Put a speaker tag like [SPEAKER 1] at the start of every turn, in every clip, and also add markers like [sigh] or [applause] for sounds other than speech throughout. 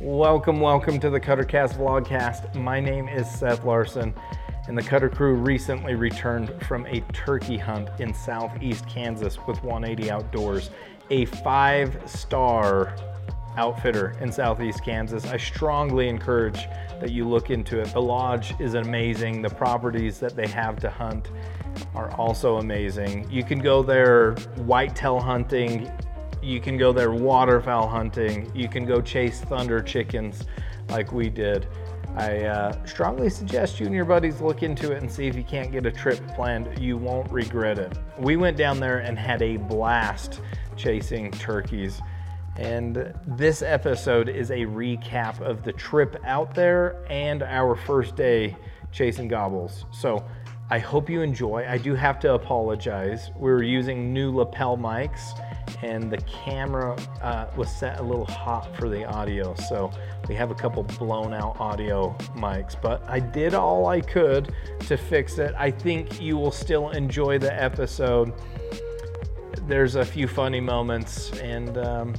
[SPEAKER 1] welcome, welcome to the Cuttercast Vlogcast. My name is Seth Larson, and the Cutter crew recently returned from a turkey hunt in southeast Kansas with 180 Outdoors, a five star outfitter in southeast Kansas. I strongly encourage that you look into it. The lodge is amazing, the properties that they have to hunt are also amazing. You can go there whitetail hunting, you can go there waterfowl hunting, you can go chase thunder chickens like we did. I uh, strongly suggest you and your buddies look into it and see if you can't get a trip planned. You won't regret it. We went down there and had a blast chasing turkeys. And this episode is a recap of the trip out there and our first day chasing gobbles. So I hope you enjoy. I do have to apologize. We were using new lapel mics, and the camera uh, was set a little hot for the audio. So we have a couple blown out audio mics, but I did all I could to fix it. I think you will still enjoy the episode. There's a few funny moments, and um,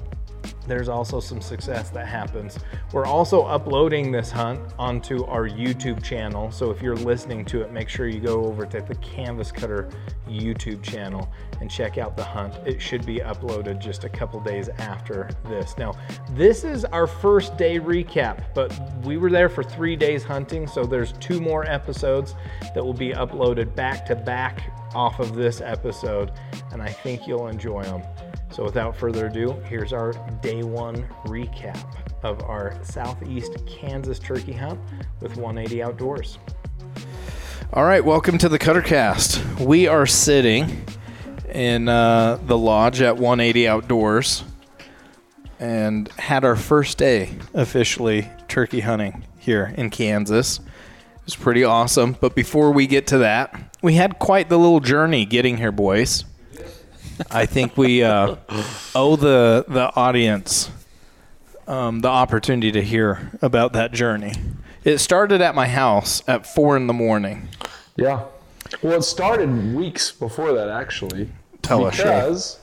[SPEAKER 1] there's also some success that happens. We're also uploading this hunt onto our YouTube channel. So if you're listening to it, make sure you go over to the Canvas Cutter YouTube channel and check out the hunt. It should be uploaded just a couple days after this. Now, this is our first day recap, but we were there for three days hunting. So there's two more episodes that will be uploaded back to back off of this episode. And I think you'll enjoy them. So, without further ado, here's our day one recap of our Southeast Kansas turkey hunt with 180 Outdoors.
[SPEAKER 2] All right, welcome to the Cuttercast. We are sitting in uh, the lodge at 180 Outdoors and had our first day officially turkey hunting here in Kansas. It was pretty awesome. But before we get to that, we had quite the little journey getting here, boys. I think we uh, [laughs] owe the the audience um, the opportunity to hear about that journey. It started at my house at four in the morning.
[SPEAKER 3] Yeah. Well, it started weeks before that, actually.
[SPEAKER 2] Tell us, Shay.
[SPEAKER 3] because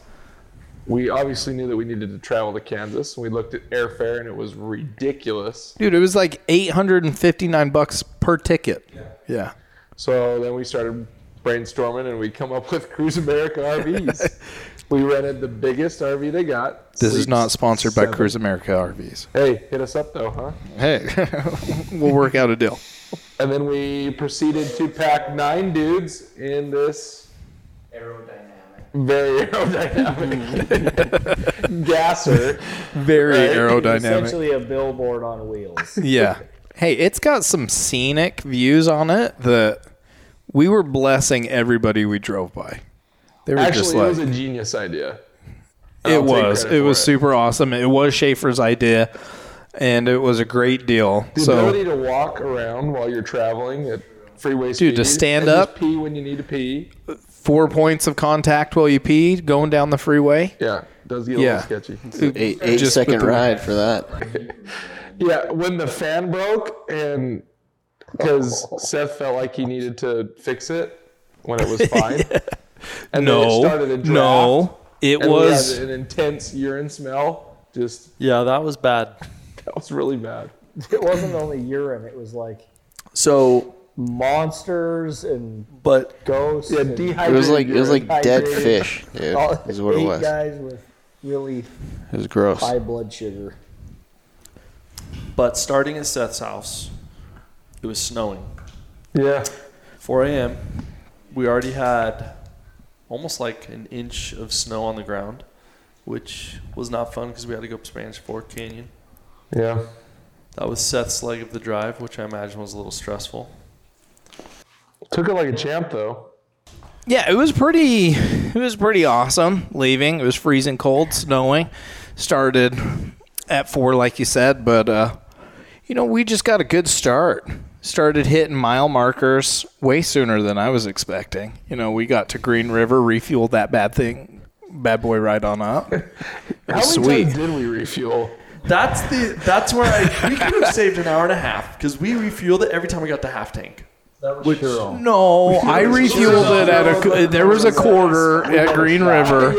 [SPEAKER 3] we obviously knew that we needed to travel to Kansas. We looked at airfare, and it was ridiculous.
[SPEAKER 2] Dude, it was like eight hundred and fifty nine bucks per ticket. Yeah.
[SPEAKER 3] So then we started brainstorming, and we come up with Cruise America
[SPEAKER 2] [laughs]
[SPEAKER 3] RVs. we rented the biggest RV they got.
[SPEAKER 2] This is
[SPEAKER 3] Sleeps
[SPEAKER 2] not sponsored by
[SPEAKER 3] seven-
[SPEAKER 2] Cruise America RVs.
[SPEAKER 3] Hey, hit us up though, huh?
[SPEAKER 2] Hey, [laughs] we'll work out a deal.
[SPEAKER 3] And then we proceeded to pack nine dudes in this very [laughs]
[SPEAKER 2] [laughs]
[SPEAKER 3] aerodynamic [laughs] gasser.
[SPEAKER 2] Very
[SPEAKER 3] Right.
[SPEAKER 2] aerodynamic.
[SPEAKER 4] Essentially a billboard
[SPEAKER 1] [laughs]
[SPEAKER 4] on wheels.
[SPEAKER 2] Yeah. Hey, it's got some scenic views on it that we were blessing everybody we drove by. They were just
[SPEAKER 3] Actually,
[SPEAKER 2] like
[SPEAKER 3] it was a genius idea.
[SPEAKER 2] it
[SPEAKER 3] I'll take
[SPEAKER 2] was.
[SPEAKER 3] credit
[SPEAKER 2] It
[SPEAKER 3] for
[SPEAKER 2] was
[SPEAKER 3] it.
[SPEAKER 2] super awesome. It was Schaefer's idea and it was a great deal.
[SPEAKER 3] The
[SPEAKER 2] so
[SPEAKER 3] ability to walk around while you're traveling at freeway speed.
[SPEAKER 2] to stand
[SPEAKER 3] and just
[SPEAKER 2] up?
[SPEAKER 3] pee when you need to pee.
[SPEAKER 2] four points of contact while you pee going down the freeway.
[SPEAKER 3] Yeah, does get
[SPEAKER 2] Yeah.
[SPEAKER 3] a little sketchy.
[SPEAKER 5] Eight eight second
[SPEAKER 2] Just with the-
[SPEAKER 5] ride for that.
[SPEAKER 3] Yeah, when the fan broke and because Seth felt like he needed to fix it when it was fine. And then it
[SPEAKER 2] No.
[SPEAKER 3] started a draft.
[SPEAKER 2] no. It
[SPEAKER 3] and we had
[SPEAKER 2] was
[SPEAKER 3] an intense urine smell. Just
[SPEAKER 6] Yeah, that was bad.
[SPEAKER 3] [laughs] that was really bad.
[SPEAKER 4] it wasn't only urine, it was like
[SPEAKER 6] So,
[SPEAKER 4] monsters and
[SPEAKER 6] but
[SPEAKER 4] ghosts.
[SPEAKER 3] Yeah,
[SPEAKER 4] and
[SPEAKER 3] dehydrated.
[SPEAKER 5] It was like it was like
[SPEAKER 4] Hydrated.
[SPEAKER 5] dead fish,
[SPEAKER 7] [laughs]
[SPEAKER 5] dude.
[SPEAKER 4] all-
[SPEAKER 5] Is what it
[SPEAKER 4] eight
[SPEAKER 5] was. It
[SPEAKER 4] guys with really
[SPEAKER 5] was gross.
[SPEAKER 4] high blood sugar.
[SPEAKER 6] but starting at Seth's house, it was snowing.
[SPEAKER 3] Yeah,
[SPEAKER 6] 4 a.m. We already had almost like an inch of snow on the ground, which was not fun because we had to go up Spanish Fork Canyon.
[SPEAKER 3] yeah.
[SPEAKER 6] That was Seth's leg of the drive, which I imagine was a little stressful.
[SPEAKER 3] Took it like a champ though.
[SPEAKER 2] Yeah, it was pretty. It was pretty awesome. Leaving, it was freezing cold, snowing. Started at four, like you said, but uh, you know we just got a good start. Started hitting mile markers way sooner than I was expecting. You know, we got to Green River, refueled that bad thing, bad boy right on up.
[SPEAKER 3] [laughs] How many
[SPEAKER 2] Sweet.
[SPEAKER 3] times did we refuel?
[SPEAKER 6] That's the that's where I we could have saved an hour and a half because we refueled it every time we got the half tank.
[SPEAKER 2] [laughs] No, I refueled it at a. There was a quarter at Green River.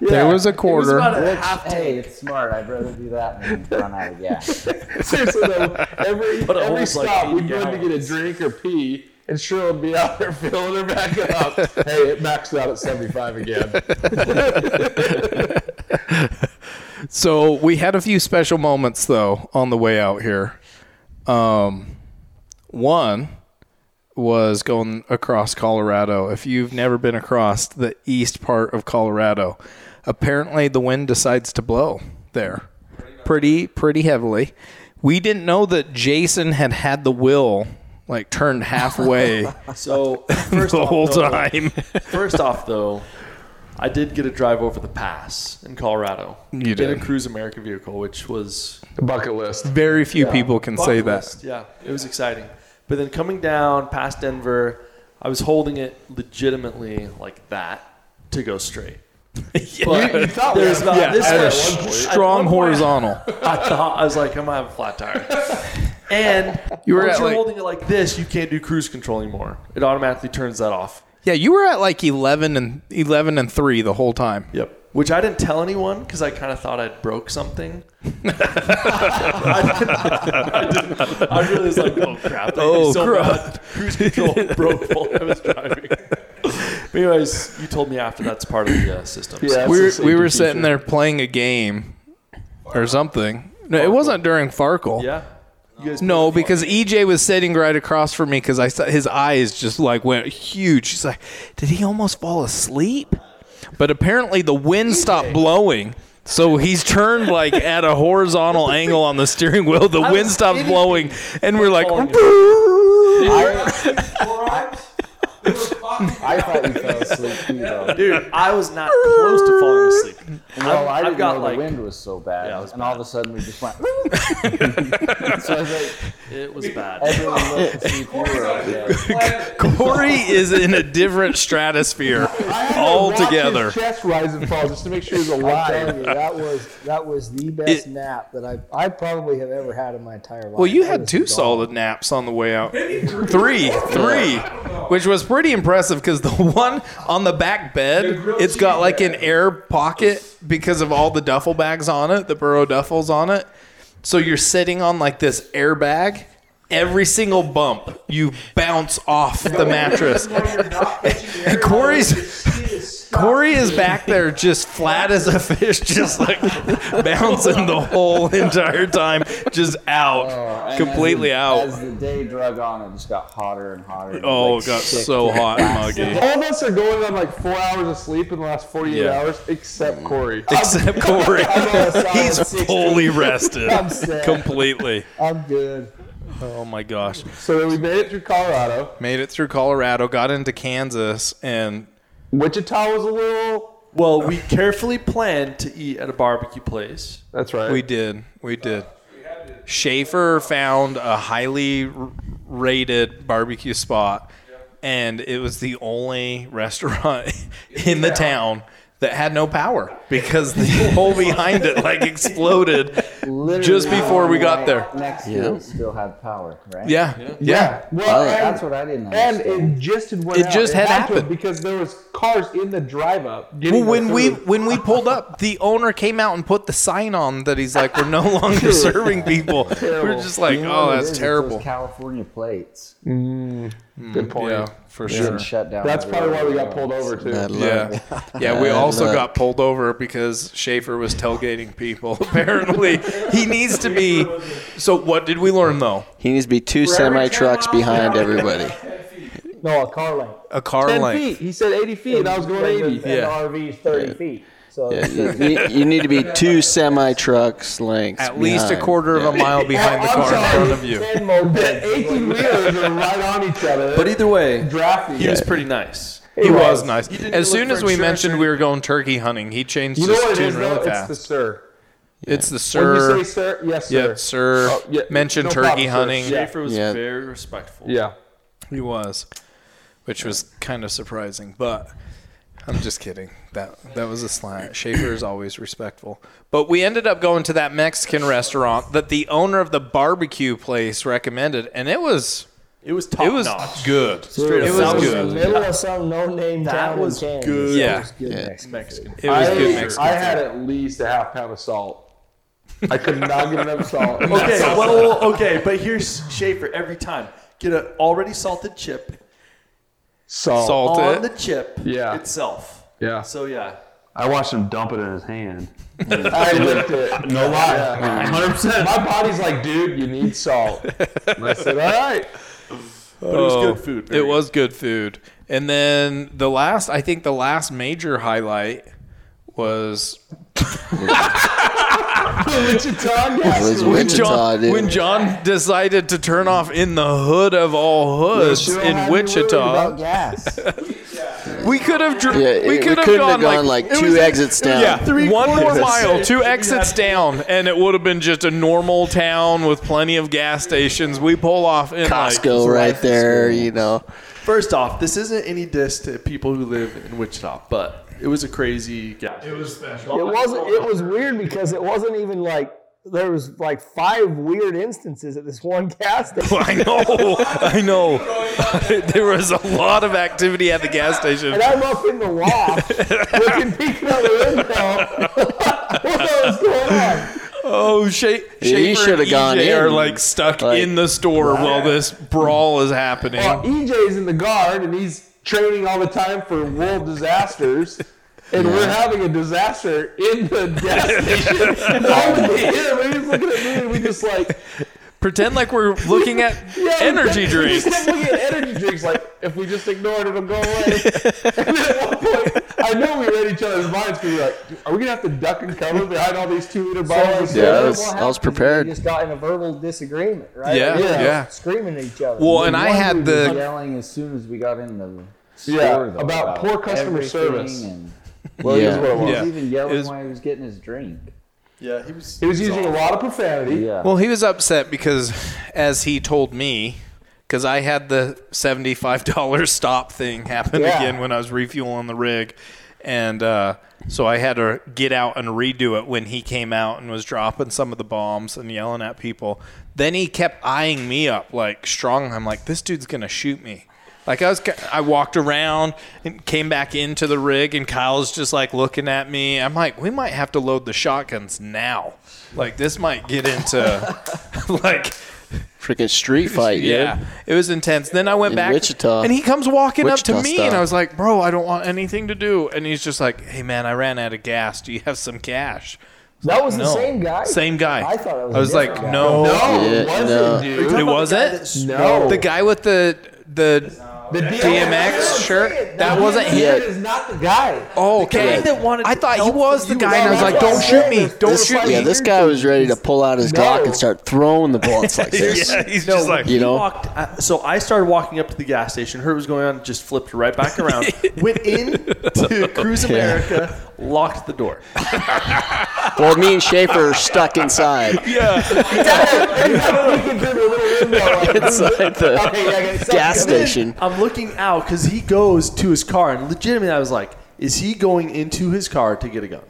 [SPEAKER 1] There was a quarter.
[SPEAKER 6] about a half
[SPEAKER 7] Which, hey, it's smart. I'd rather do that than run out of
[SPEAKER 4] [laughs]
[SPEAKER 7] gas.
[SPEAKER 3] [laughs] Seriously though, every
[SPEAKER 6] But it
[SPEAKER 3] every
[SPEAKER 6] holds, like,
[SPEAKER 3] stop we
[SPEAKER 6] 80
[SPEAKER 3] go in to get a
[SPEAKER 6] gallons.
[SPEAKER 3] drink or pee, and Cheryl would be out there [laughs] filling her back
[SPEAKER 6] [laughs]
[SPEAKER 3] up. hey, it maxed out at seventy five again.
[SPEAKER 1] So we had a few special moments though on the way out here. Um, one was going across Colorado. If you've never been across the east part of Colorado, apparently the wind decides to blow there pretty pretty heavily. We didn't know that Jason had had the wheel like turned halfway
[SPEAKER 6] So [laughs]
[SPEAKER 3] [laughs]
[SPEAKER 6] first
[SPEAKER 1] the
[SPEAKER 6] off,
[SPEAKER 1] whole
[SPEAKER 6] though- [laughs]
[SPEAKER 1] time.
[SPEAKER 6] First off, though, I did get a drive over the pass in Colorado.
[SPEAKER 1] You
[SPEAKER 6] in a
[SPEAKER 1] did.
[SPEAKER 6] Cruise America vehicle, which was
[SPEAKER 3] Bucket list.
[SPEAKER 1] Very few people can say
[SPEAKER 6] bucket
[SPEAKER 1] that.
[SPEAKER 6] list. Yeah, it was exciting. But then coming down past Denver, I was holding it legitimately like that to go straight. But
[SPEAKER 3] You- you thought we
[SPEAKER 6] there's
[SPEAKER 3] had-
[SPEAKER 1] [laughs]
[SPEAKER 6] about
[SPEAKER 1] Yeah,
[SPEAKER 6] this
[SPEAKER 1] at a
[SPEAKER 6] much- at one
[SPEAKER 1] strong
[SPEAKER 6] point,
[SPEAKER 1] horizontal.
[SPEAKER 6] I thought I was like, I'm gonna have a flat tire. And
[SPEAKER 1] You were
[SPEAKER 6] once
[SPEAKER 1] at,
[SPEAKER 6] you're
[SPEAKER 1] like-
[SPEAKER 6] holding it like this, you can't do cruise control anymore. It automatically turns that off.
[SPEAKER 1] Yeah, you were at like eleven and eleven and three the whole time.
[SPEAKER 6] Yep. Which I didn't tell anyone because I kind of thought I'd broke something. [laughs] I, didn't, I, didn't, I really was like, oh crap! that
[SPEAKER 1] Oh,
[SPEAKER 6] is so
[SPEAKER 1] crap.
[SPEAKER 6] bad. Cruise control broke while I was driving. But anyways, you told me after that's part of the uh, system. so-
[SPEAKER 3] Yeah.
[SPEAKER 1] we were,
[SPEAKER 3] That's a
[SPEAKER 1] we were
[SPEAKER 3] safety
[SPEAKER 1] sitting
[SPEAKER 3] feature.
[SPEAKER 1] there playing a game or something. No, it wasn't during Farkle.
[SPEAKER 6] yeah. You guys
[SPEAKER 1] No, because EJ was sitting right across from me because I saw his eyes just like went huge. He's like, did he almost fall asleep? But apparently the
[SPEAKER 6] E
[SPEAKER 1] wind stopped blowing. So he's turned
[SPEAKER 6] [laughs]
[SPEAKER 1] like at a horizontal angle on the steering wheel. The wind stops blowing, and we're like,
[SPEAKER 6] calling it.
[SPEAKER 7] I thought you fell asleep too, though.
[SPEAKER 6] [laughs] dude, I was not close to falling asleep.
[SPEAKER 3] Oh,
[SPEAKER 7] Well, I
[SPEAKER 6] I've
[SPEAKER 7] didn't
[SPEAKER 6] got,
[SPEAKER 7] know
[SPEAKER 6] like-
[SPEAKER 7] the wind was so bad,
[SPEAKER 6] Yeah, it was
[SPEAKER 7] and all of a sudden we just went. so I was like,
[SPEAKER 6] It was bad.
[SPEAKER 7] everyone looked to see if you were
[SPEAKER 6] [laughs]
[SPEAKER 7] okay.
[SPEAKER 1] Corey is in a different stratosphere
[SPEAKER 3] I had to rock his
[SPEAKER 1] altogether.
[SPEAKER 3] Chest rise and fall just to make
[SPEAKER 6] [laughs]
[SPEAKER 3] sure he's
[SPEAKER 4] I'm telling
[SPEAKER 3] alive.
[SPEAKER 4] you, that was that was the best nap that I I probably have ever had in my entire life.
[SPEAKER 1] Well, you
[SPEAKER 4] I
[SPEAKER 1] had
[SPEAKER 4] was
[SPEAKER 1] two
[SPEAKER 4] gone.
[SPEAKER 1] solid naps on the way out. Three, three, which was pretty impressive because the [laughs] one on the back bed, it's got like an air pocket because of all the duffel bags on it, the burro duffels on it. So you're sitting on like this airbag. Every single bump, you bounce off the mattress. And [laughs] Corey's Corey is back there just flat as a fish, just like bouncing the whole entire time, just out,
[SPEAKER 5] Oh,
[SPEAKER 7] And
[SPEAKER 1] completely
[SPEAKER 7] as,
[SPEAKER 1] out.
[SPEAKER 7] As the day drug on, it just got hotter and hotter.
[SPEAKER 1] Oh,
[SPEAKER 7] Like,
[SPEAKER 1] it got
[SPEAKER 7] sick.
[SPEAKER 1] so hot and muggy.
[SPEAKER 3] All of us are going on like four hours of sleep in the last 48
[SPEAKER 1] Yeah.
[SPEAKER 3] hours, except
[SPEAKER 6] [laughs]
[SPEAKER 3] Corey.
[SPEAKER 1] Except Corey,
[SPEAKER 4] Solid
[SPEAKER 1] he's
[SPEAKER 4] six-
[SPEAKER 1] fully rested,
[SPEAKER 4] I'm sad.
[SPEAKER 1] completely.
[SPEAKER 4] I'm good.
[SPEAKER 1] Oh my gosh!
[SPEAKER 3] So then we made it through Colorado.
[SPEAKER 1] Made it through Colorado, got into Kansas, and
[SPEAKER 3] Wichita was a little.
[SPEAKER 6] Well, we carefully planned to eat at a barbecue place.
[SPEAKER 3] That's right.
[SPEAKER 1] We did. We did. Schaefer found a highly r- rated barbecue spot, and it was the only restaurant [laughs] in the town that had no power because the [laughs] hole behind it like exploded
[SPEAKER 7] Literally
[SPEAKER 1] just before we got
[SPEAKER 7] right
[SPEAKER 1] there.
[SPEAKER 7] Next year, it still had power, right?
[SPEAKER 1] Yeah. Yeah.
[SPEAKER 3] yeah. Well,
[SPEAKER 7] Oh,
[SPEAKER 3] and-
[SPEAKER 7] that's what I didn't
[SPEAKER 3] And
[SPEAKER 7] understand.
[SPEAKER 3] it just had went
[SPEAKER 1] It
[SPEAKER 3] out.
[SPEAKER 1] just had
[SPEAKER 3] to
[SPEAKER 1] happened.
[SPEAKER 3] because there was cars in the drive up.
[SPEAKER 1] Well, when we when we pulled up, the owner came out and put the sign on that he's like, "We're no longer serving people." We're just like,
[SPEAKER 7] You know
[SPEAKER 1] "Oh,
[SPEAKER 7] what it
[SPEAKER 1] that's
[SPEAKER 7] is? It's
[SPEAKER 1] terrible."
[SPEAKER 7] Those California plates.
[SPEAKER 3] Mm, good point.
[SPEAKER 1] Mm, Yeah, for
[SPEAKER 7] They
[SPEAKER 1] sure.
[SPEAKER 7] didn't shut down.
[SPEAKER 3] That's probably why we
[SPEAKER 5] uh,
[SPEAKER 3] got
[SPEAKER 7] everywhere.
[SPEAKER 3] pulled over too.
[SPEAKER 8] Bad luck.
[SPEAKER 1] Yeah. [laughs] Yeah,
[SPEAKER 3] [laughs]
[SPEAKER 1] we
[SPEAKER 8] Bad
[SPEAKER 1] also
[SPEAKER 8] luck.
[SPEAKER 1] got pulled over because Schaefer was tailgating people. [laughs] Apparently, he needs to be. So, what did we learn though?
[SPEAKER 8] He needs to be two semi trucks
[SPEAKER 3] [laughs]
[SPEAKER 8] behind everybody.
[SPEAKER 4] No, a car length.
[SPEAKER 1] A car
[SPEAKER 3] 10
[SPEAKER 1] length.
[SPEAKER 3] feet. He said 80 feet, and I was going 80.
[SPEAKER 4] And
[SPEAKER 1] Yeah.
[SPEAKER 4] the RV's 30 feet. So
[SPEAKER 8] Yeah, you, you- you need to be two semi trucks lengths.
[SPEAKER 1] At least a
[SPEAKER 8] behind.
[SPEAKER 1] quarter of a
[SPEAKER 3] [laughs]
[SPEAKER 1] mile behind the
[SPEAKER 3] I'm
[SPEAKER 1] car in
[SPEAKER 3] sorry.
[SPEAKER 1] front of
[SPEAKER 3] [laughs]
[SPEAKER 1] you.
[SPEAKER 4] 10 mopeds.
[SPEAKER 3] The 18 wheelers [laughs] are right on each other.
[SPEAKER 6] But either way,
[SPEAKER 3] drafty.
[SPEAKER 6] he was pretty nice.
[SPEAKER 1] He was nice.
[SPEAKER 6] didn't
[SPEAKER 1] As
[SPEAKER 6] look
[SPEAKER 1] soon
[SPEAKER 6] for
[SPEAKER 1] as we
[SPEAKER 6] insurance or
[SPEAKER 1] mentioned we were going turkey hunting, he changed
[SPEAKER 3] You know
[SPEAKER 1] his
[SPEAKER 3] what it
[SPEAKER 1] tune
[SPEAKER 3] is?
[SPEAKER 1] really
[SPEAKER 3] Though? It's
[SPEAKER 1] fast.
[SPEAKER 3] the sir.
[SPEAKER 1] it's the
[SPEAKER 3] When
[SPEAKER 1] sir.
[SPEAKER 3] you say sir, yes, sir.
[SPEAKER 1] yeah, sir.
[SPEAKER 3] Oh, yeah,
[SPEAKER 1] mentioned
[SPEAKER 3] no
[SPEAKER 1] turkey
[SPEAKER 3] problem, sir.
[SPEAKER 1] hunting.
[SPEAKER 3] Yeah.
[SPEAKER 6] Schaefer was
[SPEAKER 8] Yeah.
[SPEAKER 6] very respectful.
[SPEAKER 3] Yeah.
[SPEAKER 1] He was, which was kind of surprising, but I'm just kidding. That that was a slant. Schaefer is always respectful. But we ended up going to that Mexican restaurant that the owner of the barbecue place recommended, and it was
[SPEAKER 6] It was top
[SPEAKER 1] It was
[SPEAKER 6] notch.
[SPEAKER 1] good.
[SPEAKER 6] Straight
[SPEAKER 1] It
[SPEAKER 6] up.
[SPEAKER 1] was
[SPEAKER 6] That
[SPEAKER 1] good.
[SPEAKER 4] in the middle of some no name town
[SPEAKER 6] was
[SPEAKER 4] in Kansas.
[SPEAKER 6] good.
[SPEAKER 1] Yeah.
[SPEAKER 4] It was good
[SPEAKER 8] Yeah.
[SPEAKER 4] Mexican.
[SPEAKER 6] Mexican.
[SPEAKER 1] It was
[SPEAKER 3] I,
[SPEAKER 1] good Mexican.
[SPEAKER 3] I had at least a half pound of salt. I could not get enough salt. [laughs]
[SPEAKER 6] Okay, well, okay, but here's Schaefer every time. Get an already salted chip
[SPEAKER 3] Salt.
[SPEAKER 1] Salt. Salt
[SPEAKER 6] on
[SPEAKER 1] it.
[SPEAKER 6] the chip
[SPEAKER 3] Yeah.
[SPEAKER 6] itself.
[SPEAKER 3] Yeah.
[SPEAKER 6] So yeah,
[SPEAKER 5] I watched him dump it in his hand.
[SPEAKER 3] I licked it.
[SPEAKER 5] [laughs] No lie.
[SPEAKER 3] Yeah.
[SPEAKER 5] 100%.
[SPEAKER 3] My body's like, dude, you need salt. And I said, all right.
[SPEAKER 6] but it was
[SPEAKER 1] Oh,
[SPEAKER 6] good food.
[SPEAKER 1] It was good food. And then the last, I think the last major highlight was
[SPEAKER 3] Wichita gas
[SPEAKER 8] was
[SPEAKER 3] station.
[SPEAKER 1] when John,
[SPEAKER 8] Wichita, dude.
[SPEAKER 1] when John decided to turn off in the hood of all hoods
[SPEAKER 3] sure had
[SPEAKER 1] in
[SPEAKER 3] me worried
[SPEAKER 4] About
[SPEAKER 1] Wichita.
[SPEAKER 4] gas.
[SPEAKER 1] We could have dr-
[SPEAKER 8] Yeah, it-
[SPEAKER 1] we
[SPEAKER 8] we
[SPEAKER 1] could have
[SPEAKER 8] couldn't
[SPEAKER 1] gone,
[SPEAKER 8] have gone, like,
[SPEAKER 1] it
[SPEAKER 8] two
[SPEAKER 1] was-
[SPEAKER 8] exits down.
[SPEAKER 1] Yeah,
[SPEAKER 6] Three
[SPEAKER 1] one more
[SPEAKER 6] quarters.
[SPEAKER 1] mile, two exits down, and it would have been just a normal town with plenty of gas stations. We pull off in like,
[SPEAKER 8] Costco right there, you know.
[SPEAKER 6] First off, this isn't any diss to people who live in Wichita, but it was a crazy gas. It was
[SPEAKER 4] It wasn't. It was weird because it wasn't even like there was like five weird instances at this one gas station.
[SPEAKER 1] [laughs] I know, I know. [laughs] there was a lot of activity at the gas station.
[SPEAKER 4] And I'm up in the
[SPEAKER 1] [laughs]
[SPEAKER 4] loft looking peeking out the
[SPEAKER 3] [laughs]
[SPEAKER 4] window. what was going on?
[SPEAKER 1] Oh, Sha-
[SPEAKER 8] Yeah, you
[SPEAKER 1] Schaefer
[SPEAKER 8] should
[SPEAKER 1] and
[SPEAKER 8] have gone
[SPEAKER 1] EJ Are
[SPEAKER 8] in,
[SPEAKER 1] like stuck
[SPEAKER 8] like-
[SPEAKER 1] in the store while this brawl is happening.
[SPEAKER 3] Well, EJ's E in the guard and he's training all the time for world disasters. And we're having a disaster in the [laughs] gas
[SPEAKER 1] [laughs]
[SPEAKER 3] station. Nobody here. We're just looking at me and we just like
[SPEAKER 1] Pretend like we're looking
[SPEAKER 8] [laughs]
[SPEAKER 1] at
[SPEAKER 3] yeah, we
[SPEAKER 1] energy
[SPEAKER 3] kept-
[SPEAKER 1] drinks.
[SPEAKER 3] We kept looking at energy drinks like if we just ignore it, it'll go away. [laughs] and at one point, I know we read each other's minds. 'cause We were like, are we gonna have to duck and cover behind all these two liter bottles?
[SPEAKER 4] So,
[SPEAKER 3] of
[SPEAKER 8] Yeah, I
[SPEAKER 4] what
[SPEAKER 8] was- I was
[SPEAKER 4] happened is
[SPEAKER 8] prepared.
[SPEAKER 4] We just got in a verbal disagreement, right?
[SPEAKER 1] Yeah,
[SPEAKER 4] We were
[SPEAKER 1] yeah.
[SPEAKER 4] Screaming at each other.
[SPEAKER 1] Well, and I
[SPEAKER 5] One
[SPEAKER 1] had
[SPEAKER 5] dude was
[SPEAKER 1] the
[SPEAKER 5] yelling as soon as we got in the store,
[SPEAKER 3] Yeah,
[SPEAKER 5] though,
[SPEAKER 3] about poor customer
[SPEAKER 5] everything
[SPEAKER 3] service.
[SPEAKER 5] And
[SPEAKER 3] Well, here's
[SPEAKER 8] Yeah.
[SPEAKER 3] what it
[SPEAKER 5] he
[SPEAKER 3] was.
[SPEAKER 1] Yeah.
[SPEAKER 5] was even yelling
[SPEAKER 1] It was-
[SPEAKER 5] while he was getting his drink.
[SPEAKER 6] yeah, he was.
[SPEAKER 3] He was using a lot of profanity. [laughs]
[SPEAKER 5] Yeah.
[SPEAKER 1] well, he was upset because, as he told me, because I had the seventy-five dollars [laughs] stop thing happen
[SPEAKER 4] Yeah.
[SPEAKER 1] again when I was refueling the rig, and uh, so I had to get out and redo it when he came out and was dropping some of the bombs and yelling at people. Then he kept eyeing me up like strong. I'm like, this dude's gonna shoot me. Like I was, I walked around and came back into the rig, and Kyle's just like looking at me. I'm like, we might have to load the shotguns now. Like this might get into, [laughs] like,
[SPEAKER 8] Freaking street fight,
[SPEAKER 1] yeah, it was intense. Then I went
[SPEAKER 8] In
[SPEAKER 1] back,
[SPEAKER 8] Wichita.
[SPEAKER 1] and he comes walking up
[SPEAKER 8] Wichita
[SPEAKER 1] to me,
[SPEAKER 8] style.
[SPEAKER 1] and I was like, bro, I don't want anything to do. And he's just like, hey man, I ran out of gas. Do you have some cash?
[SPEAKER 4] that was the
[SPEAKER 1] No.
[SPEAKER 4] same guy.
[SPEAKER 1] Same guy.
[SPEAKER 4] I thought it was
[SPEAKER 1] I
[SPEAKER 4] a
[SPEAKER 1] was like,
[SPEAKER 4] different guy.
[SPEAKER 1] no,
[SPEAKER 3] No,
[SPEAKER 8] Yeah,
[SPEAKER 3] it wasn't,
[SPEAKER 8] no.
[SPEAKER 3] dude.
[SPEAKER 1] it wasn't.
[SPEAKER 3] No.
[SPEAKER 1] The guy with the the
[SPEAKER 3] The
[SPEAKER 1] DMX shirt. That wasn't him.
[SPEAKER 8] Yeah.
[SPEAKER 4] That is not the guy.
[SPEAKER 1] Oh, okay.
[SPEAKER 8] guy that
[SPEAKER 1] I thought he was the guy, and I was
[SPEAKER 4] That's
[SPEAKER 1] like,
[SPEAKER 4] what
[SPEAKER 1] "Don't
[SPEAKER 4] I'm
[SPEAKER 1] shoot me!
[SPEAKER 4] saying.
[SPEAKER 1] Don't
[SPEAKER 8] This,
[SPEAKER 1] shoot
[SPEAKER 8] yeah,
[SPEAKER 1] me!"
[SPEAKER 5] [laughs]
[SPEAKER 8] this guy was ready to pull out his Glock and start throwing the bullets like this.
[SPEAKER 1] yeah, he's just like,
[SPEAKER 8] You know,
[SPEAKER 6] walked. uh, so I started walking up to the gas station, heard what was going on, just flipped right back
[SPEAKER 1] [laughs]
[SPEAKER 6] around, went in to Cruise America, locked the door.
[SPEAKER 8] well, me and Schaefer are stuck inside.
[SPEAKER 3] [laughs]
[SPEAKER 8] inside the gas station.
[SPEAKER 6] I'm looking out because he goes to his car, and legitimately, I was like, "Is he going into his car to get a gun?"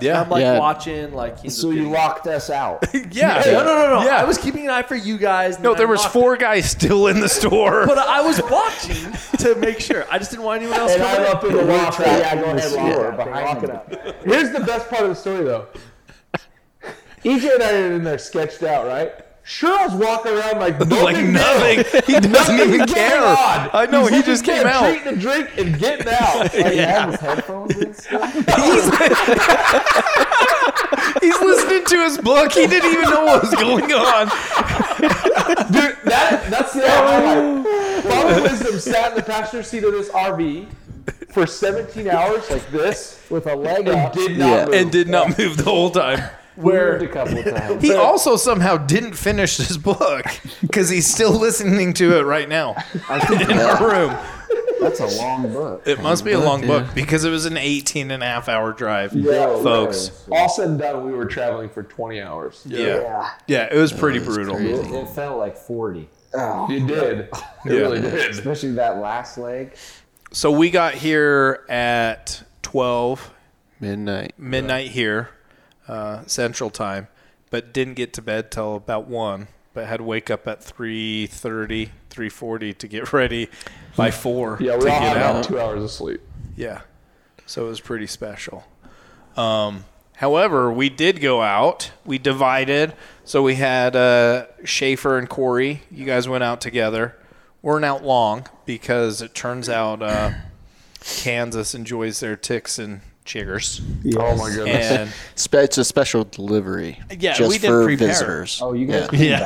[SPEAKER 1] "Yeah,
[SPEAKER 6] I'm like
[SPEAKER 8] Yeah.
[SPEAKER 6] watching, like he's
[SPEAKER 4] So you locked us out.
[SPEAKER 1] yeah."
[SPEAKER 6] No, no, no, no.
[SPEAKER 1] Yeah.
[SPEAKER 6] I was keeping an eye for you guys. and
[SPEAKER 1] No,
[SPEAKER 6] then I
[SPEAKER 1] there was
[SPEAKER 6] [laughs] locked
[SPEAKER 1] four guys still in the store.
[SPEAKER 6] But I was watching to make sure. I just didn't want anyone else
[SPEAKER 4] And I'm
[SPEAKER 6] coming
[SPEAKER 4] up in the loft. Yeah, go ahead,
[SPEAKER 8] Yeah.
[SPEAKER 4] lock behind it up.
[SPEAKER 3] Here's the best part of the story, though. [laughs] EJ and I are in there sketched out, right? Sure, I was walking around like
[SPEAKER 1] [laughs]
[SPEAKER 3] nothing.
[SPEAKER 1] like nothing. He doesn't even
[SPEAKER 3] Nothing's
[SPEAKER 1] care.
[SPEAKER 3] going on.
[SPEAKER 1] I know.
[SPEAKER 3] He's
[SPEAKER 1] He
[SPEAKER 3] looking
[SPEAKER 1] just came
[SPEAKER 3] good,
[SPEAKER 1] out.
[SPEAKER 3] Treating a drink and getting out.
[SPEAKER 5] Like, he had his headphones in still.
[SPEAKER 1] He's listening to his book. He didn't even know what was going on.
[SPEAKER 3] Dude, that, that's the
[SPEAKER 1] [laughs]
[SPEAKER 3] highlight. Father Wisdom sat in the passenger seat of this RV for 17 hours like this
[SPEAKER 4] with a leg
[SPEAKER 3] and
[SPEAKER 4] up.
[SPEAKER 3] did not
[SPEAKER 8] Yeah.
[SPEAKER 3] move.
[SPEAKER 1] And did not move the whole time.
[SPEAKER 3] Moved a couple times.
[SPEAKER 1] He also somehow didn't finish his book because he's still listening to it right now [laughs] in our room.
[SPEAKER 5] That's a long book.
[SPEAKER 1] It must be a long book because it was an 18 and a half hour drive, folks.
[SPEAKER 3] All said and done, we were traveling for 20 hours.
[SPEAKER 1] Yeah. yeah. it was pretty brutal.
[SPEAKER 5] It, it felt like 40,
[SPEAKER 1] [laughs]
[SPEAKER 3] You did. It really did.
[SPEAKER 5] especially that last leg.
[SPEAKER 1] So we got here at 12
[SPEAKER 8] Midnight.
[SPEAKER 1] midnight here, uh, central time, but didn't get to bed till about 1, but had to wake up at 3:30, 3:40 3:40 to get [laughs] ready by four
[SPEAKER 3] Yeah,
[SPEAKER 1] to
[SPEAKER 3] we all
[SPEAKER 1] get
[SPEAKER 3] had about
[SPEAKER 1] out.
[SPEAKER 3] two hours of sleep.
[SPEAKER 1] Yeah. So it was pretty special. Um, however, we did go out. We divided. So we had uh, Schaefer and Corey. You guys went out together. Weren't out long because it turns out uh, Kansas enjoys their ticks and chiggers.
[SPEAKER 3] Oh my goodness.
[SPEAKER 1] And
[SPEAKER 8] Spe- It's a special delivery.
[SPEAKER 1] Yeah,
[SPEAKER 8] just
[SPEAKER 1] we didn't
[SPEAKER 8] for
[SPEAKER 1] prepare.
[SPEAKER 8] visitors.
[SPEAKER 5] Oh, you guys
[SPEAKER 8] Yeah.
[SPEAKER 5] came
[SPEAKER 1] Yeah,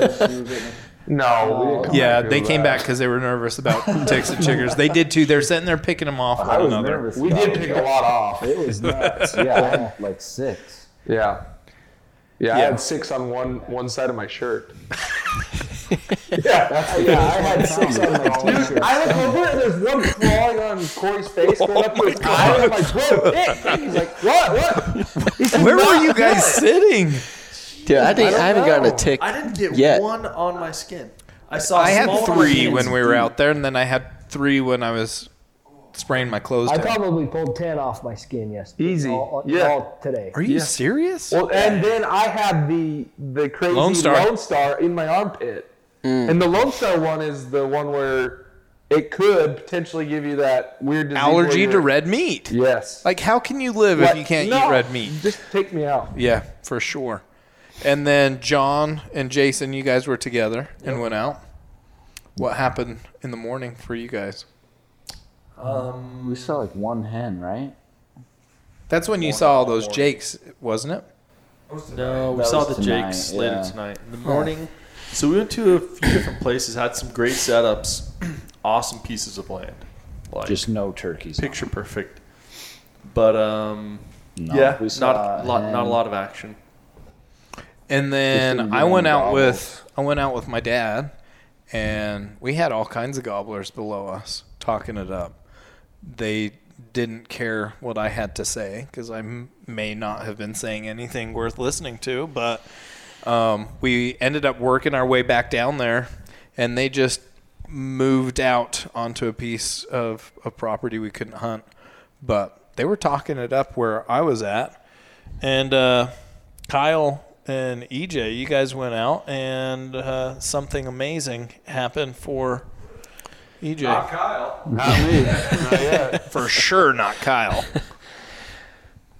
[SPEAKER 1] yeah.
[SPEAKER 5] back because you were getting-
[SPEAKER 3] no, we didn't come
[SPEAKER 1] yeah,
[SPEAKER 3] back
[SPEAKER 1] they
[SPEAKER 3] to
[SPEAKER 1] came
[SPEAKER 3] that.
[SPEAKER 1] back because they were nervous about ticks and chiggers. They did too. They're sitting there picking them off
[SPEAKER 5] I
[SPEAKER 1] one
[SPEAKER 5] was
[SPEAKER 1] another.
[SPEAKER 5] nervous.
[SPEAKER 3] We
[SPEAKER 5] about
[SPEAKER 3] did
[SPEAKER 5] it.
[SPEAKER 3] pick a lot off.
[SPEAKER 5] It [laughs] was nuts. Yeah, I had like six.
[SPEAKER 3] Yeah. Yeah, I
[SPEAKER 1] Yeah.
[SPEAKER 3] had six on one one side of
[SPEAKER 1] [laughs]
[SPEAKER 3] my shirt.
[SPEAKER 5] [laughs] Yeah, I had six on my
[SPEAKER 3] Dude,
[SPEAKER 5] t-shirt.
[SPEAKER 3] I look over and there's one crawling on
[SPEAKER 1] [laughs]
[SPEAKER 3] Corey's face,
[SPEAKER 1] Oh
[SPEAKER 3] going up to his eye. and I'm like, whoa, dick. He's like, what, what?
[SPEAKER 1] Where were you guys sitting?
[SPEAKER 8] Dude, I, didn't, I, haven't gotten
[SPEAKER 3] know.
[SPEAKER 8] a tick.
[SPEAKER 6] I didn't get
[SPEAKER 8] Yet.
[SPEAKER 6] one on my skin. I saw.
[SPEAKER 1] I had
[SPEAKER 6] small on my
[SPEAKER 1] three
[SPEAKER 6] hands.
[SPEAKER 1] when we were out there, and then I had three when I was spraying my clothes
[SPEAKER 4] I
[SPEAKER 1] down.
[SPEAKER 4] probably pulled ten off my skin yesterday.
[SPEAKER 3] Easy.
[SPEAKER 4] All, all-
[SPEAKER 3] Yeah.
[SPEAKER 4] all today.
[SPEAKER 1] Are you serious?
[SPEAKER 3] Well, and then I had the the crazy
[SPEAKER 1] Lone
[SPEAKER 3] Lone
[SPEAKER 1] Star.
[SPEAKER 3] Star, in my armpit,
[SPEAKER 8] Hmm.
[SPEAKER 3] and the Lone Star one is the one where it could potentially give you that weird disease where
[SPEAKER 1] Allergy to
[SPEAKER 3] you're-
[SPEAKER 1] red meat.
[SPEAKER 3] Yes.
[SPEAKER 1] Like, how can you live if
[SPEAKER 3] What?
[SPEAKER 1] you can't
[SPEAKER 3] No,
[SPEAKER 1] eat red meat?
[SPEAKER 3] Just take me out.
[SPEAKER 1] Yeah, for sure. And then John and Jason, you guys were together and went out. What happened in the morning for you guys?
[SPEAKER 5] We saw like one hen, right?
[SPEAKER 1] That's when you saw all those jakes, wasn't it?
[SPEAKER 6] No, we
[SPEAKER 5] That
[SPEAKER 6] saw the
[SPEAKER 5] was tonight,
[SPEAKER 6] Jakes later
[SPEAKER 5] yeah.
[SPEAKER 6] tonight in the morning. So we went to a few different places, had some great setups, [clears throat] awesome pieces of land, like
[SPEAKER 5] [laughs] Just no turkeys.
[SPEAKER 6] picture perfect. But um,
[SPEAKER 5] No,
[SPEAKER 6] yeah,
[SPEAKER 5] we
[SPEAKER 6] not
[SPEAKER 5] saw
[SPEAKER 6] a lot, not a
[SPEAKER 5] hen.
[SPEAKER 6] lot of action.
[SPEAKER 1] And then
[SPEAKER 5] Just
[SPEAKER 1] I went out
[SPEAKER 5] gobbles.
[SPEAKER 1] with I went out with my dad, and we had all kinds of gobblers below us talking it up. They didn't care what I had to say because I m- may not have been saying anything worth listening to. But um, we ended up working our way back down there, and they just moved out onto a piece of, of property we couldn't hunt. But they were talking it up where I was at, and uh, Kyle and EJ, you guys went out, and uh, something amazing happened for EJ. [laughs] for sure, not Kyle.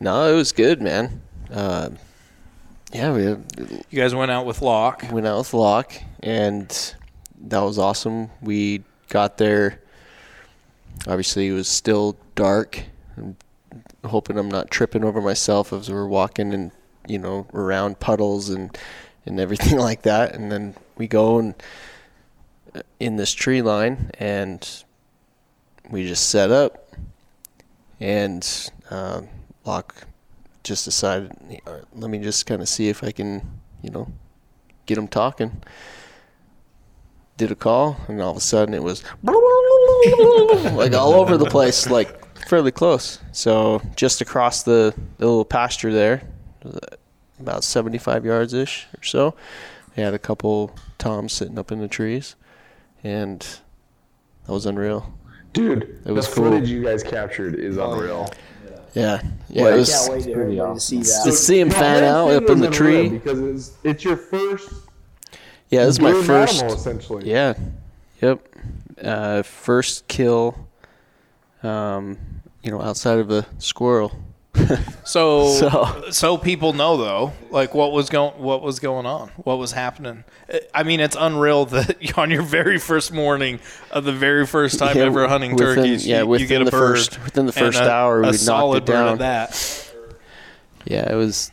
[SPEAKER 8] No, it was good, man. Uh, yeah, we had,
[SPEAKER 1] You guys went out with Locke.
[SPEAKER 8] went out with Locke, and that was awesome. We got there. Obviously, it was still dark. I'm hoping I'm not tripping over myself as we're walking and you know around puddles and and everything [laughs] like that. And then we go and uh, in this tree line, and we just set up, and um Locke just decided, "Uh, let me just kind of see if I can, you know, get them talking. Did a call, and all of a sudden it was [laughs] like all over the place, like fairly close. So just across the, the little pasture there, about 75 yards ish or so, they had a couple toms sitting up in the trees, and that was unreal.
[SPEAKER 3] Dude,
[SPEAKER 8] It was
[SPEAKER 3] the
[SPEAKER 8] cool.
[SPEAKER 3] footage you guys captured is
[SPEAKER 1] Oh,
[SPEAKER 3] unreal.
[SPEAKER 8] Yeah, yeah,
[SPEAKER 4] I
[SPEAKER 8] it
[SPEAKER 4] can't
[SPEAKER 8] was.
[SPEAKER 4] wait to, everybody to see
[SPEAKER 8] To
[SPEAKER 4] that.
[SPEAKER 8] see him
[SPEAKER 3] No,
[SPEAKER 8] fan
[SPEAKER 3] that
[SPEAKER 8] out
[SPEAKER 3] thing
[SPEAKER 8] up in
[SPEAKER 3] was
[SPEAKER 8] the
[SPEAKER 3] unreal
[SPEAKER 8] tree.
[SPEAKER 3] Because it's, it's your first
[SPEAKER 8] Yeah, this is my
[SPEAKER 3] grown
[SPEAKER 8] first.
[SPEAKER 3] animal, essentially.
[SPEAKER 8] Yeah. Yep. Uh, first kill. Um, you know, outside of a squirrel.
[SPEAKER 1] So, so
[SPEAKER 8] So-
[SPEAKER 1] people know though, like what was going what was going on, what was happening. Uh, I mean, it's unreal that [laughs] on your very first morning of the very first time
[SPEAKER 8] Yeah,
[SPEAKER 1] ever hunting
[SPEAKER 8] within-
[SPEAKER 1] turkeys,
[SPEAKER 8] yeah,
[SPEAKER 1] you, you get
[SPEAKER 8] within
[SPEAKER 1] a
[SPEAKER 8] the
[SPEAKER 1] bird
[SPEAKER 8] first- within the
[SPEAKER 1] and
[SPEAKER 8] first
[SPEAKER 1] a-
[SPEAKER 8] hour, we
[SPEAKER 1] a
[SPEAKER 8] knocked it
[SPEAKER 1] solid bird
[SPEAKER 8] down.
[SPEAKER 1] of that.
[SPEAKER 8] Yeah, it was.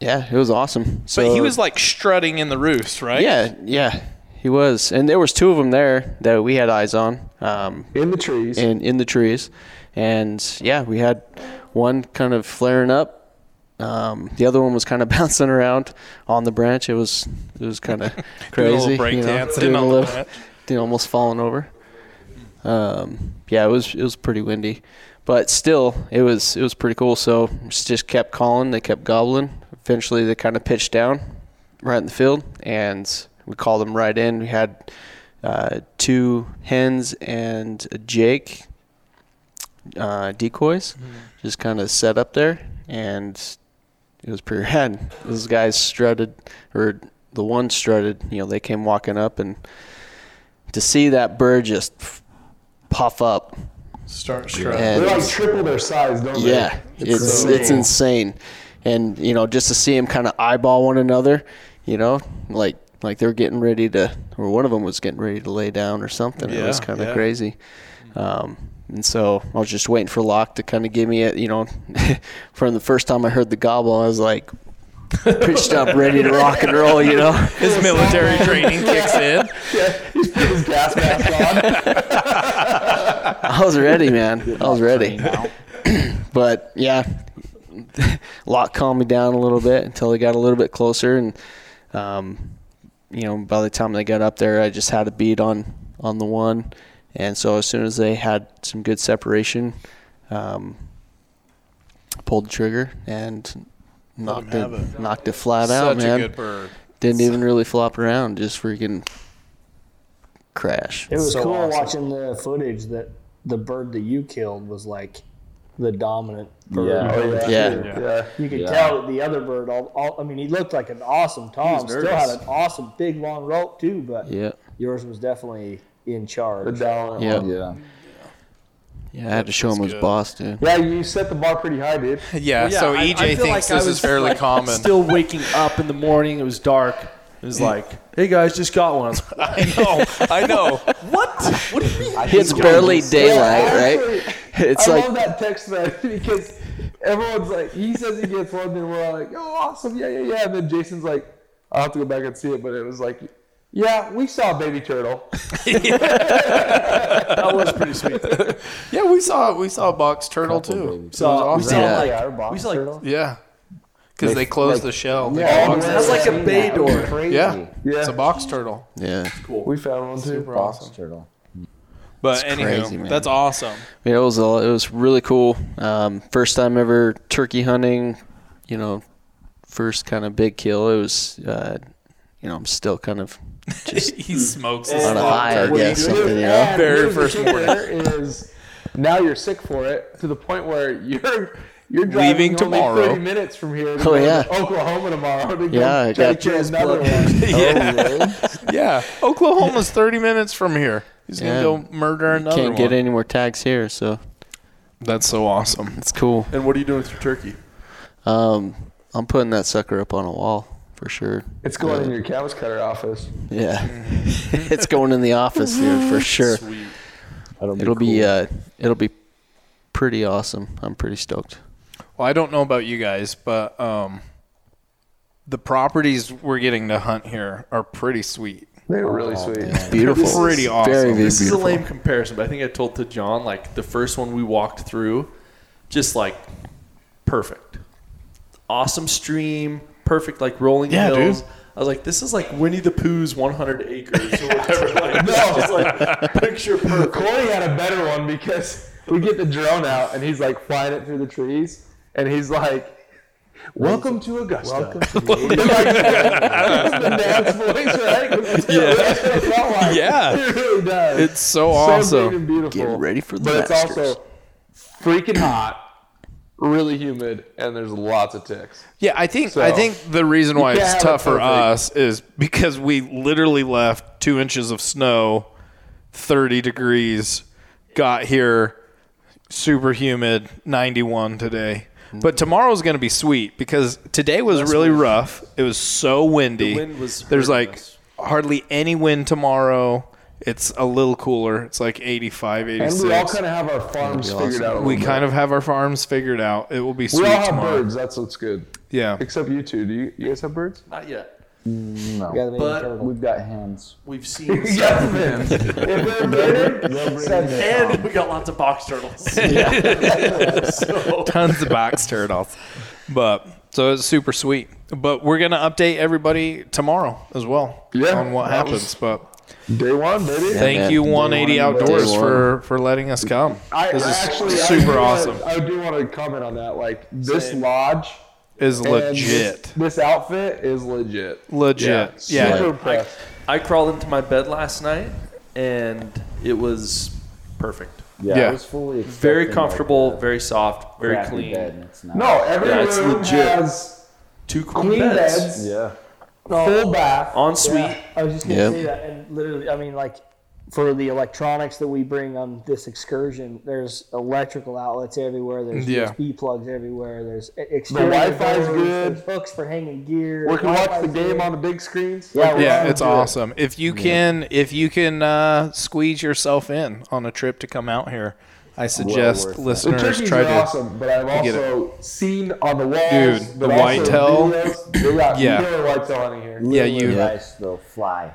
[SPEAKER 8] Yeah, it was awesome. So
[SPEAKER 1] But he was like strutting in the roost, right?
[SPEAKER 8] Yeah, yeah, he was, and there was two of them there that we had eyes on. Um,
[SPEAKER 3] in the trees.
[SPEAKER 8] and in the trees, and yeah, we had one kind of flaring up. Um, the other one was kind of [laughs] bouncing around on the branch. It was it was
[SPEAKER 1] [laughs]
[SPEAKER 8] kind of
[SPEAKER 1] Doing a little
[SPEAKER 8] crazy,
[SPEAKER 1] break
[SPEAKER 8] you know,
[SPEAKER 1] dancing
[SPEAKER 8] doing a
[SPEAKER 1] on the
[SPEAKER 8] little-
[SPEAKER 1] branch.
[SPEAKER 8] [laughs] doing- almost falling over. Um, yeah, it was it was pretty windy, but still, it was it was pretty cool. So just just kept calling. They kept gobbling. Eventually, they kind of pitched down right in the field, and we called them right in. We had uh, two hens and a Jake uh, decoys, just kind of set up there, and it was pretty [laughs] rad. Those guys strutted, or the one strutted. You know, they came walking up and to see that bird just f- puff up.
[SPEAKER 6] Start
[SPEAKER 8] And-
[SPEAKER 3] They're like triple their size, don't they?
[SPEAKER 8] Yeah, it's it's insane, and you know just to see them kind of eyeball one another, you know, like like they're getting ready to, or one of them was getting ready to lay down or something. it was
[SPEAKER 6] Yeah,
[SPEAKER 8] kind of
[SPEAKER 6] yeah.
[SPEAKER 8] crazy, um, and so I was just waiting for Locke to kind of give me it. You know, [laughs] from the first time I heard the gobble, I
[SPEAKER 6] [laughs]
[SPEAKER 8] was like pitched up, ready to rock and roll. You know,
[SPEAKER 1] His military training kicks
[SPEAKER 8] [laughs]
[SPEAKER 1] in.
[SPEAKER 3] His [laughs] gas mask on.
[SPEAKER 8] [laughs] I
[SPEAKER 1] [laughs]
[SPEAKER 8] was ready, man. I was [clears throat] ready. but yeah, [laughs] Locke calmed me down a little bit until they got a little bit closer, and um, you know, by the time they got up there, I just had a beat on on the one, and so as soon as they had some good separation, um, I pulled the trigger and knocked it,
[SPEAKER 1] have it.
[SPEAKER 8] knocked it flat out,
[SPEAKER 1] Such
[SPEAKER 8] man.
[SPEAKER 1] a good bird.
[SPEAKER 8] Didn't even really flop around, just freaking crash.
[SPEAKER 4] It was
[SPEAKER 1] So
[SPEAKER 4] cool
[SPEAKER 1] awesome.
[SPEAKER 4] watching the footage that the bird that you killed was like the dominant bird.
[SPEAKER 3] Oh, Yeah.
[SPEAKER 8] Yeah.
[SPEAKER 3] Yeah.
[SPEAKER 4] You could
[SPEAKER 5] Yeah.
[SPEAKER 4] tell that the other bird, all, all, I mean, he looked like an awesome Tom. Still had
[SPEAKER 6] nervous.
[SPEAKER 4] an awesome big long rope too, but
[SPEAKER 8] Yeah.
[SPEAKER 4] yours was definitely in
[SPEAKER 3] The
[SPEAKER 4] charge.
[SPEAKER 3] dominant
[SPEAKER 8] Yeah.
[SPEAKER 3] one.
[SPEAKER 5] Yeah.
[SPEAKER 8] Yeah, I had to show him his boss, dude.
[SPEAKER 3] Yeah, you set the bar pretty high,
[SPEAKER 8] [laughs]
[SPEAKER 3] dude.
[SPEAKER 1] Yeah,
[SPEAKER 6] Well, yeah,
[SPEAKER 1] so
[SPEAKER 6] I- I
[SPEAKER 1] EJ
[SPEAKER 6] feel
[SPEAKER 1] thinks
[SPEAKER 6] like I
[SPEAKER 1] this
[SPEAKER 6] was,
[SPEAKER 1] is fairly
[SPEAKER 6] like,
[SPEAKER 1] common.
[SPEAKER 6] Still waking up in the morning. It was dark. It was like, hey guys, just got one. I was like,
[SPEAKER 1] I know, I know.
[SPEAKER 6] [laughs]
[SPEAKER 1] what? What do you mean?
[SPEAKER 8] It's barely daylight,
[SPEAKER 3] Yeah,
[SPEAKER 8] right?
[SPEAKER 3] actually,
[SPEAKER 8] It's
[SPEAKER 3] [laughs] I
[SPEAKER 8] like
[SPEAKER 3] love that [laughs] text message because everyone's like, he says he gets one, then we're all like, oh, awesome, yeah, yeah, yeah. And then Jason's like, I'll have to go back and see it, but it was like, yeah, we saw a baby turtle.
[SPEAKER 6] that was pretty sweet.
[SPEAKER 1] [laughs] Yeah, we saw we saw a box turtle too. So it was awesome.
[SPEAKER 8] Yeah.
[SPEAKER 4] Like our box
[SPEAKER 6] We saw, like,
[SPEAKER 4] turtle.
[SPEAKER 1] Yeah, because they closed the shell. They
[SPEAKER 3] Yeah.
[SPEAKER 1] boxed it.
[SPEAKER 6] That's like a bay door.
[SPEAKER 4] Crazy.
[SPEAKER 1] yeah,
[SPEAKER 3] [laughs] Yeah,
[SPEAKER 1] it's a box turtle.
[SPEAKER 8] yeah.
[SPEAKER 3] we found one too.
[SPEAKER 1] Super awesome.
[SPEAKER 5] Box turtle.
[SPEAKER 1] But
[SPEAKER 8] It's
[SPEAKER 1] anywho,
[SPEAKER 8] crazy, man.
[SPEAKER 1] that's [laughs] awesome.
[SPEAKER 8] Yeah, it was a, it was really cool. Um, first time ever turkey hunting, you know, first kind of big kill. It was, uh, you know, I'm still kind of
[SPEAKER 1] he smokes.
[SPEAKER 8] on a
[SPEAKER 3] uh,
[SPEAKER 1] His [laughs]
[SPEAKER 8] high, I guess. Something, you know.
[SPEAKER 3] And
[SPEAKER 1] Very
[SPEAKER 3] here's the
[SPEAKER 1] first
[SPEAKER 3] kicker
[SPEAKER 1] morning.
[SPEAKER 3] is now you're sick for it to the point where you're you're driving
[SPEAKER 1] Leaving
[SPEAKER 3] only
[SPEAKER 1] tomorrow.
[SPEAKER 3] 30 minutes from here. To
[SPEAKER 8] Oh,
[SPEAKER 3] go to
[SPEAKER 8] yeah.
[SPEAKER 3] Oklahoma tomorrow. To go
[SPEAKER 8] Yeah, I
[SPEAKER 3] try to
[SPEAKER 8] got
[SPEAKER 3] kill another one.
[SPEAKER 1] yeah, Oklahoma's thirty minutes from here. He's
[SPEAKER 8] Yeah.
[SPEAKER 1] gonna go murder another
[SPEAKER 8] Can't
[SPEAKER 1] one.
[SPEAKER 8] get any more tags here, so
[SPEAKER 1] That's so awesome.
[SPEAKER 8] it's cool.
[SPEAKER 6] And what are you doing with your turkey?
[SPEAKER 8] Um, I'm putting that sucker up on a wall for sure. Uh,
[SPEAKER 3] It's going in your cows cutter office. [laughs]
[SPEAKER 8] Yeah, [laughs] it's going in the office here for sure.
[SPEAKER 6] Sweet.
[SPEAKER 5] That'll be
[SPEAKER 8] It'll be
[SPEAKER 5] cool.
[SPEAKER 8] uh, it'll be pretty awesome. I'm pretty
[SPEAKER 3] [laughs]
[SPEAKER 8] stoked.
[SPEAKER 1] Well, I don't know about you guys, but um, the properties we're getting to hunt here are pretty sweet.
[SPEAKER 3] They were really sweet. [laughs]
[SPEAKER 8] Beautiful.
[SPEAKER 1] Pretty awesome.
[SPEAKER 8] Very, very
[SPEAKER 6] Oh, This is a
[SPEAKER 8] beautiful.
[SPEAKER 6] lame comparison, but I think I told to John like the first one we walked through, just like perfect, awesome stream, perfect like rolling
[SPEAKER 1] Yeah, dude.
[SPEAKER 6] hills. I was like, this is like Winnie the Pooh's 100 acres or whatever. like, no, it's
[SPEAKER 1] [laughs]
[SPEAKER 6] like picture perfect.
[SPEAKER 3] Corey had a better one because we get the drone out and he's like flying it through the trees and he's like, "Welcome to Augusta." Welcome
[SPEAKER 1] [laughs]
[SPEAKER 3] to [laughs] the dance voice, right? 'Cause [laughs] that's what it felt like.
[SPEAKER 1] Yeah.
[SPEAKER 3] [laughs] it really does.
[SPEAKER 1] It's so
[SPEAKER 3] so
[SPEAKER 1] awesome.
[SPEAKER 3] big and beautiful.
[SPEAKER 8] Get ready for the
[SPEAKER 3] but it's
[SPEAKER 8] Masters.
[SPEAKER 3] also freaking hot, really humid, and there's lots of ticks.
[SPEAKER 1] Yeah, I think I
[SPEAKER 3] So-
[SPEAKER 1] think the reason why
[SPEAKER 3] can't
[SPEAKER 1] it's
[SPEAKER 3] have
[SPEAKER 1] tough
[SPEAKER 3] it
[SPEAKER 1] for
[SPEAKER 3] perfect.
[SPEAKER 1] us is because we literally left two inches of snow, thirty degrees, got here, super humid, ninety one today.
[SPEAKER 6] Mm-hmm.
[SPEAKER 1] But tomorrow's going to be sweet because today was really rough. It was so windy.
[SPEAKER 6] The wind was
[SPEAKER 1] There's
[SPEAKER 6] hurting
[SPEAKER 1] like
[SPEAKER 6] us.
[SPEAKER 1] hardly any wind tomorrow. It's a little cooler. It's like 85, 86.
[SPEAKER 3] And we all kind of have our farms
[SPEAKER 8] be
[SPEAKER 3] figured
[SPEAKER 8] awesome.
[SPEAKER 3] out. a
[SPEAKER 1] We
[SPEAKER 3] little
[SPEAKER 1] kind of have our farms figured out. It will be
[SPEAKER 3] bit.
[SPEAKER 1] sweet
[SPEAKER 3] we all have
[SPEAKER 1] tomorrow.
[SPEAKER 3] birds. That's what's good.
[SPEAKER 1] Yeah.
[SPEAKER 3] Except you two. Do you, you guys have birds?
[SPEAKER 6] Not yet.
[SPEAKER 4] We got the baby
[SPEAKER 6] But-
[SPEAKER 4] turtle.
[SPEAKER 5] We've got hands.
[SPEAKER 3] [laughs]
[SPEAKER 6] We've seen
[SPEAKER 3] [laughs] Yes, man. [laughs] if they're inverted,
[SPEAKER 6] and we got lots of box turtles. [laughs] so,
[SPEAKER 1] tons of box turtles. But so it's super sweet. But we're gonna update everybody tomorrow as well
[SPEAKER 3] Yeah.
[SPEAKER 1] on what
[SPEAKER 3] That
[SPEAKER 1] happens. But
[SPEAKER 3] Day one, baby.
[SPEAKER 1] thank
[SPEAKER 8] man.
[SPEAKER 1] you,
[SPEAKER 8] Day
[SPEAKER 1] 180
[SPEAKER 3] one,
[SPEAKER 1] Outdoors,
[SPEAKER 8] day one.
[SPEAKER 1] for for letting us come.
[SPEAKER 3] I,
[SPEAKER 1] this
[SPEAKER 3] I
[SPEAKER 1] is
[SPEAKER 3] actually, I
[SPEAKER 1] super
[SPEAKER 3] do
[SPEAKER 1] awesome.
[SPEAKER 3] Wanna, I do want to comment on that. Like this lodge
[SPEAKER 1] Is
[SPEAKER 3] and
[SPEAKER 1] legit,
[SPEAKER 3] This, this outfit is legit.
[SPEAKER 1] legit.
[SPEAKER 3] Yeah.
[SPEAKER 1] Yeah,
[SPEAKER 3] Super
[SPEAKER 8] Yeah.
[SPEAKER 3] impressed.
[SPEAKER 6] I crawled into my bed last night, and it was perfect.
[SPEAKER 5] Yeah.
[SPEAKER 1] Yeah.
[SPEAKER 5] I was fully
[SPEAKER 6] Very
[SPEAKER 5] expecting,
[SPEAKER 6] comfortable,
[SPEAKER 5] Like,
[SPEAKER 6] very soft,
[SPEAKER 5] a
[SPEAKER 6] very
[SPEAKER 5] crappy
[SPEAKER 6] clean.
[SPEAKER 5] Bed and it's not.
[SPEAKER 3] No, every
[SPEAKER 6] Yeah, it's
[SPEAKER 3] room
[SPEAKER 6] legit.
[SPEAKER 3] has
[SPEAKER 6] Two clean,
[SPEAKER 3] queen
[SPEAKER 6] beds.
[SPEAKER 3] beds,
[SPEAKER 5] Yeah.
[SPEAKER 3] full bath.
[SPEAKER 6] En suite.
[SPEAKER 4] Yeah, I was just gonna
[SPEAKER 8] Yep.
[SPEAKER 4] say that, and literally, I mean, like for the electronics that we bring on this excursion, there's electrical outlets everywhere. There's
[SPEAKER 1] Yeah.
[SPEAKER 4] USB plugs everywhere. There's e-
[SPEAKER 3] The
[SPEAKER 4] exterior
[SPEAKER 3] Wi-Fi's
[SPEAKER 4] doors,
[SPEAKER 3] good.
[SPEAKER 4] There's hooks for hanging gear.
[SPEAKER 3] We can watch the
[SPEAKER 4] Wi-Fi's
[SPEAKER 3] game
[SPEAKER 4] good.
[SPEAKER 3] on the big screens.
[SPEAKER 4] Yeah, we're
[SPEAKER 1] yeah,
[SPEAKER 4] all
[SPEAKER 1] it's
[SPEAKER 4] good.
[SPEAKER 1] awesome. If you can, if you can uh, squeeze yourself in on a trip to come out here, I suggest
[SPEAKER 5] worth it.
[SPEAKER 3] The
[SPEAKER 1] listeners
[SPEAKER 3] turkeys
[SPEAKER 1] try
[SPEAKER 3] are
[SPEAKER 1] to.
[SPEAKER 3] awesome, but I've
[SPEAKER 1] get
[SPEAKER 3] also seen on the walls.
[SPEAKER 1] Dude,
[SPEAKER 3] but
[SPEAKER 1] the
[SPEAKER 3] also
[SPEAKER 1] whitetail.
[SPEAKER 3] videos, They got
[SPEAKER 1] Yeah.
[SPEAKER 3] killer whitetail on here.
[SPEAKER 1] Yeah, you.
[SPEAKER 5] Rice, they'll fly.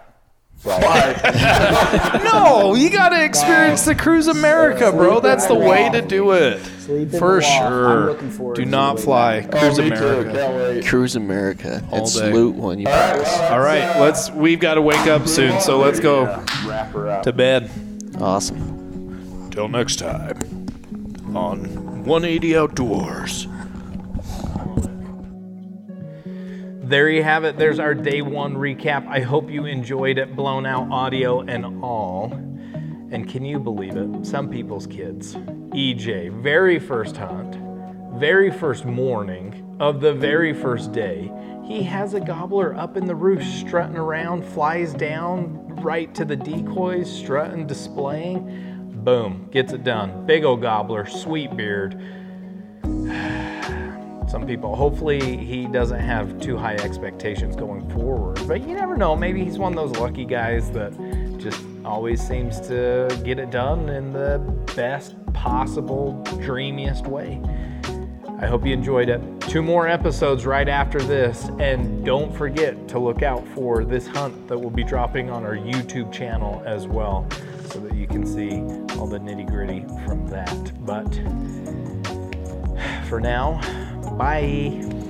[SPEAKER 5] Fly.
[SPEAKER 1] No, you gotta experience the cruise America, bro. That's the way to do it.
[SPEAKER 4] Sleep in
[SPEAKER 1] For
[SPEAKER 4] the loft. I'm looking
[SPEAKER 1] sure.
[SPEAKER 4] forward
[SPEAKER 1] Do
[SPEAKER 4] to
[SPEAKER 1] not
[SPEAKER 4] it.
[SPEAKER 1] fly cruise
[SPEAKER 3] oh, me
[SPEAKER 1] America.
[SPEAKER 3] too. Can't wait.
[SPEAKER 8] Cruise America
[SPEAKER 1] All
[SPEAKER 8] and
[SPEAKER 1] day.
[SPEAKER 8] salute one. You
[SPEAKER 3] All right, well,
[SPEAKER 1] All right,
[SPEAKER 3] uh,
[SPEAKER 1] let's. We've got to wake up soon, so let's go
[SPEAKER 5] Wrap her up.
[SPEAKER 1] to bed.
[SPEAKER 8] awesome.
[SPEAKER 1] Till next time on 180 Outdoors.
[SPEAKER 9] There you have it. There's our day one recap. I hope you enjoyed it, blown out audio and all. And can you believe it? Some people's kids, EJ, very first hunt, very first morning of the very first day, he has a gobbler up in the roof, strutting around, flies down right to the decoys, strutting, displaying. Boom, gets it done. Big old gobbler, sweet beard some people. Hopefully, he doesn't have too high expectations going forward. But you never know. Maybe he's one of those lucky guys that just always seems to get it done in the best possible, dreamiest way. I hope you enjoyed it. Two more episodes right after this, and don't forget to look out for this hunt that will be dropping on our YouTube channel as well, so that you can see all the nitty gritty from that. But for now, bye.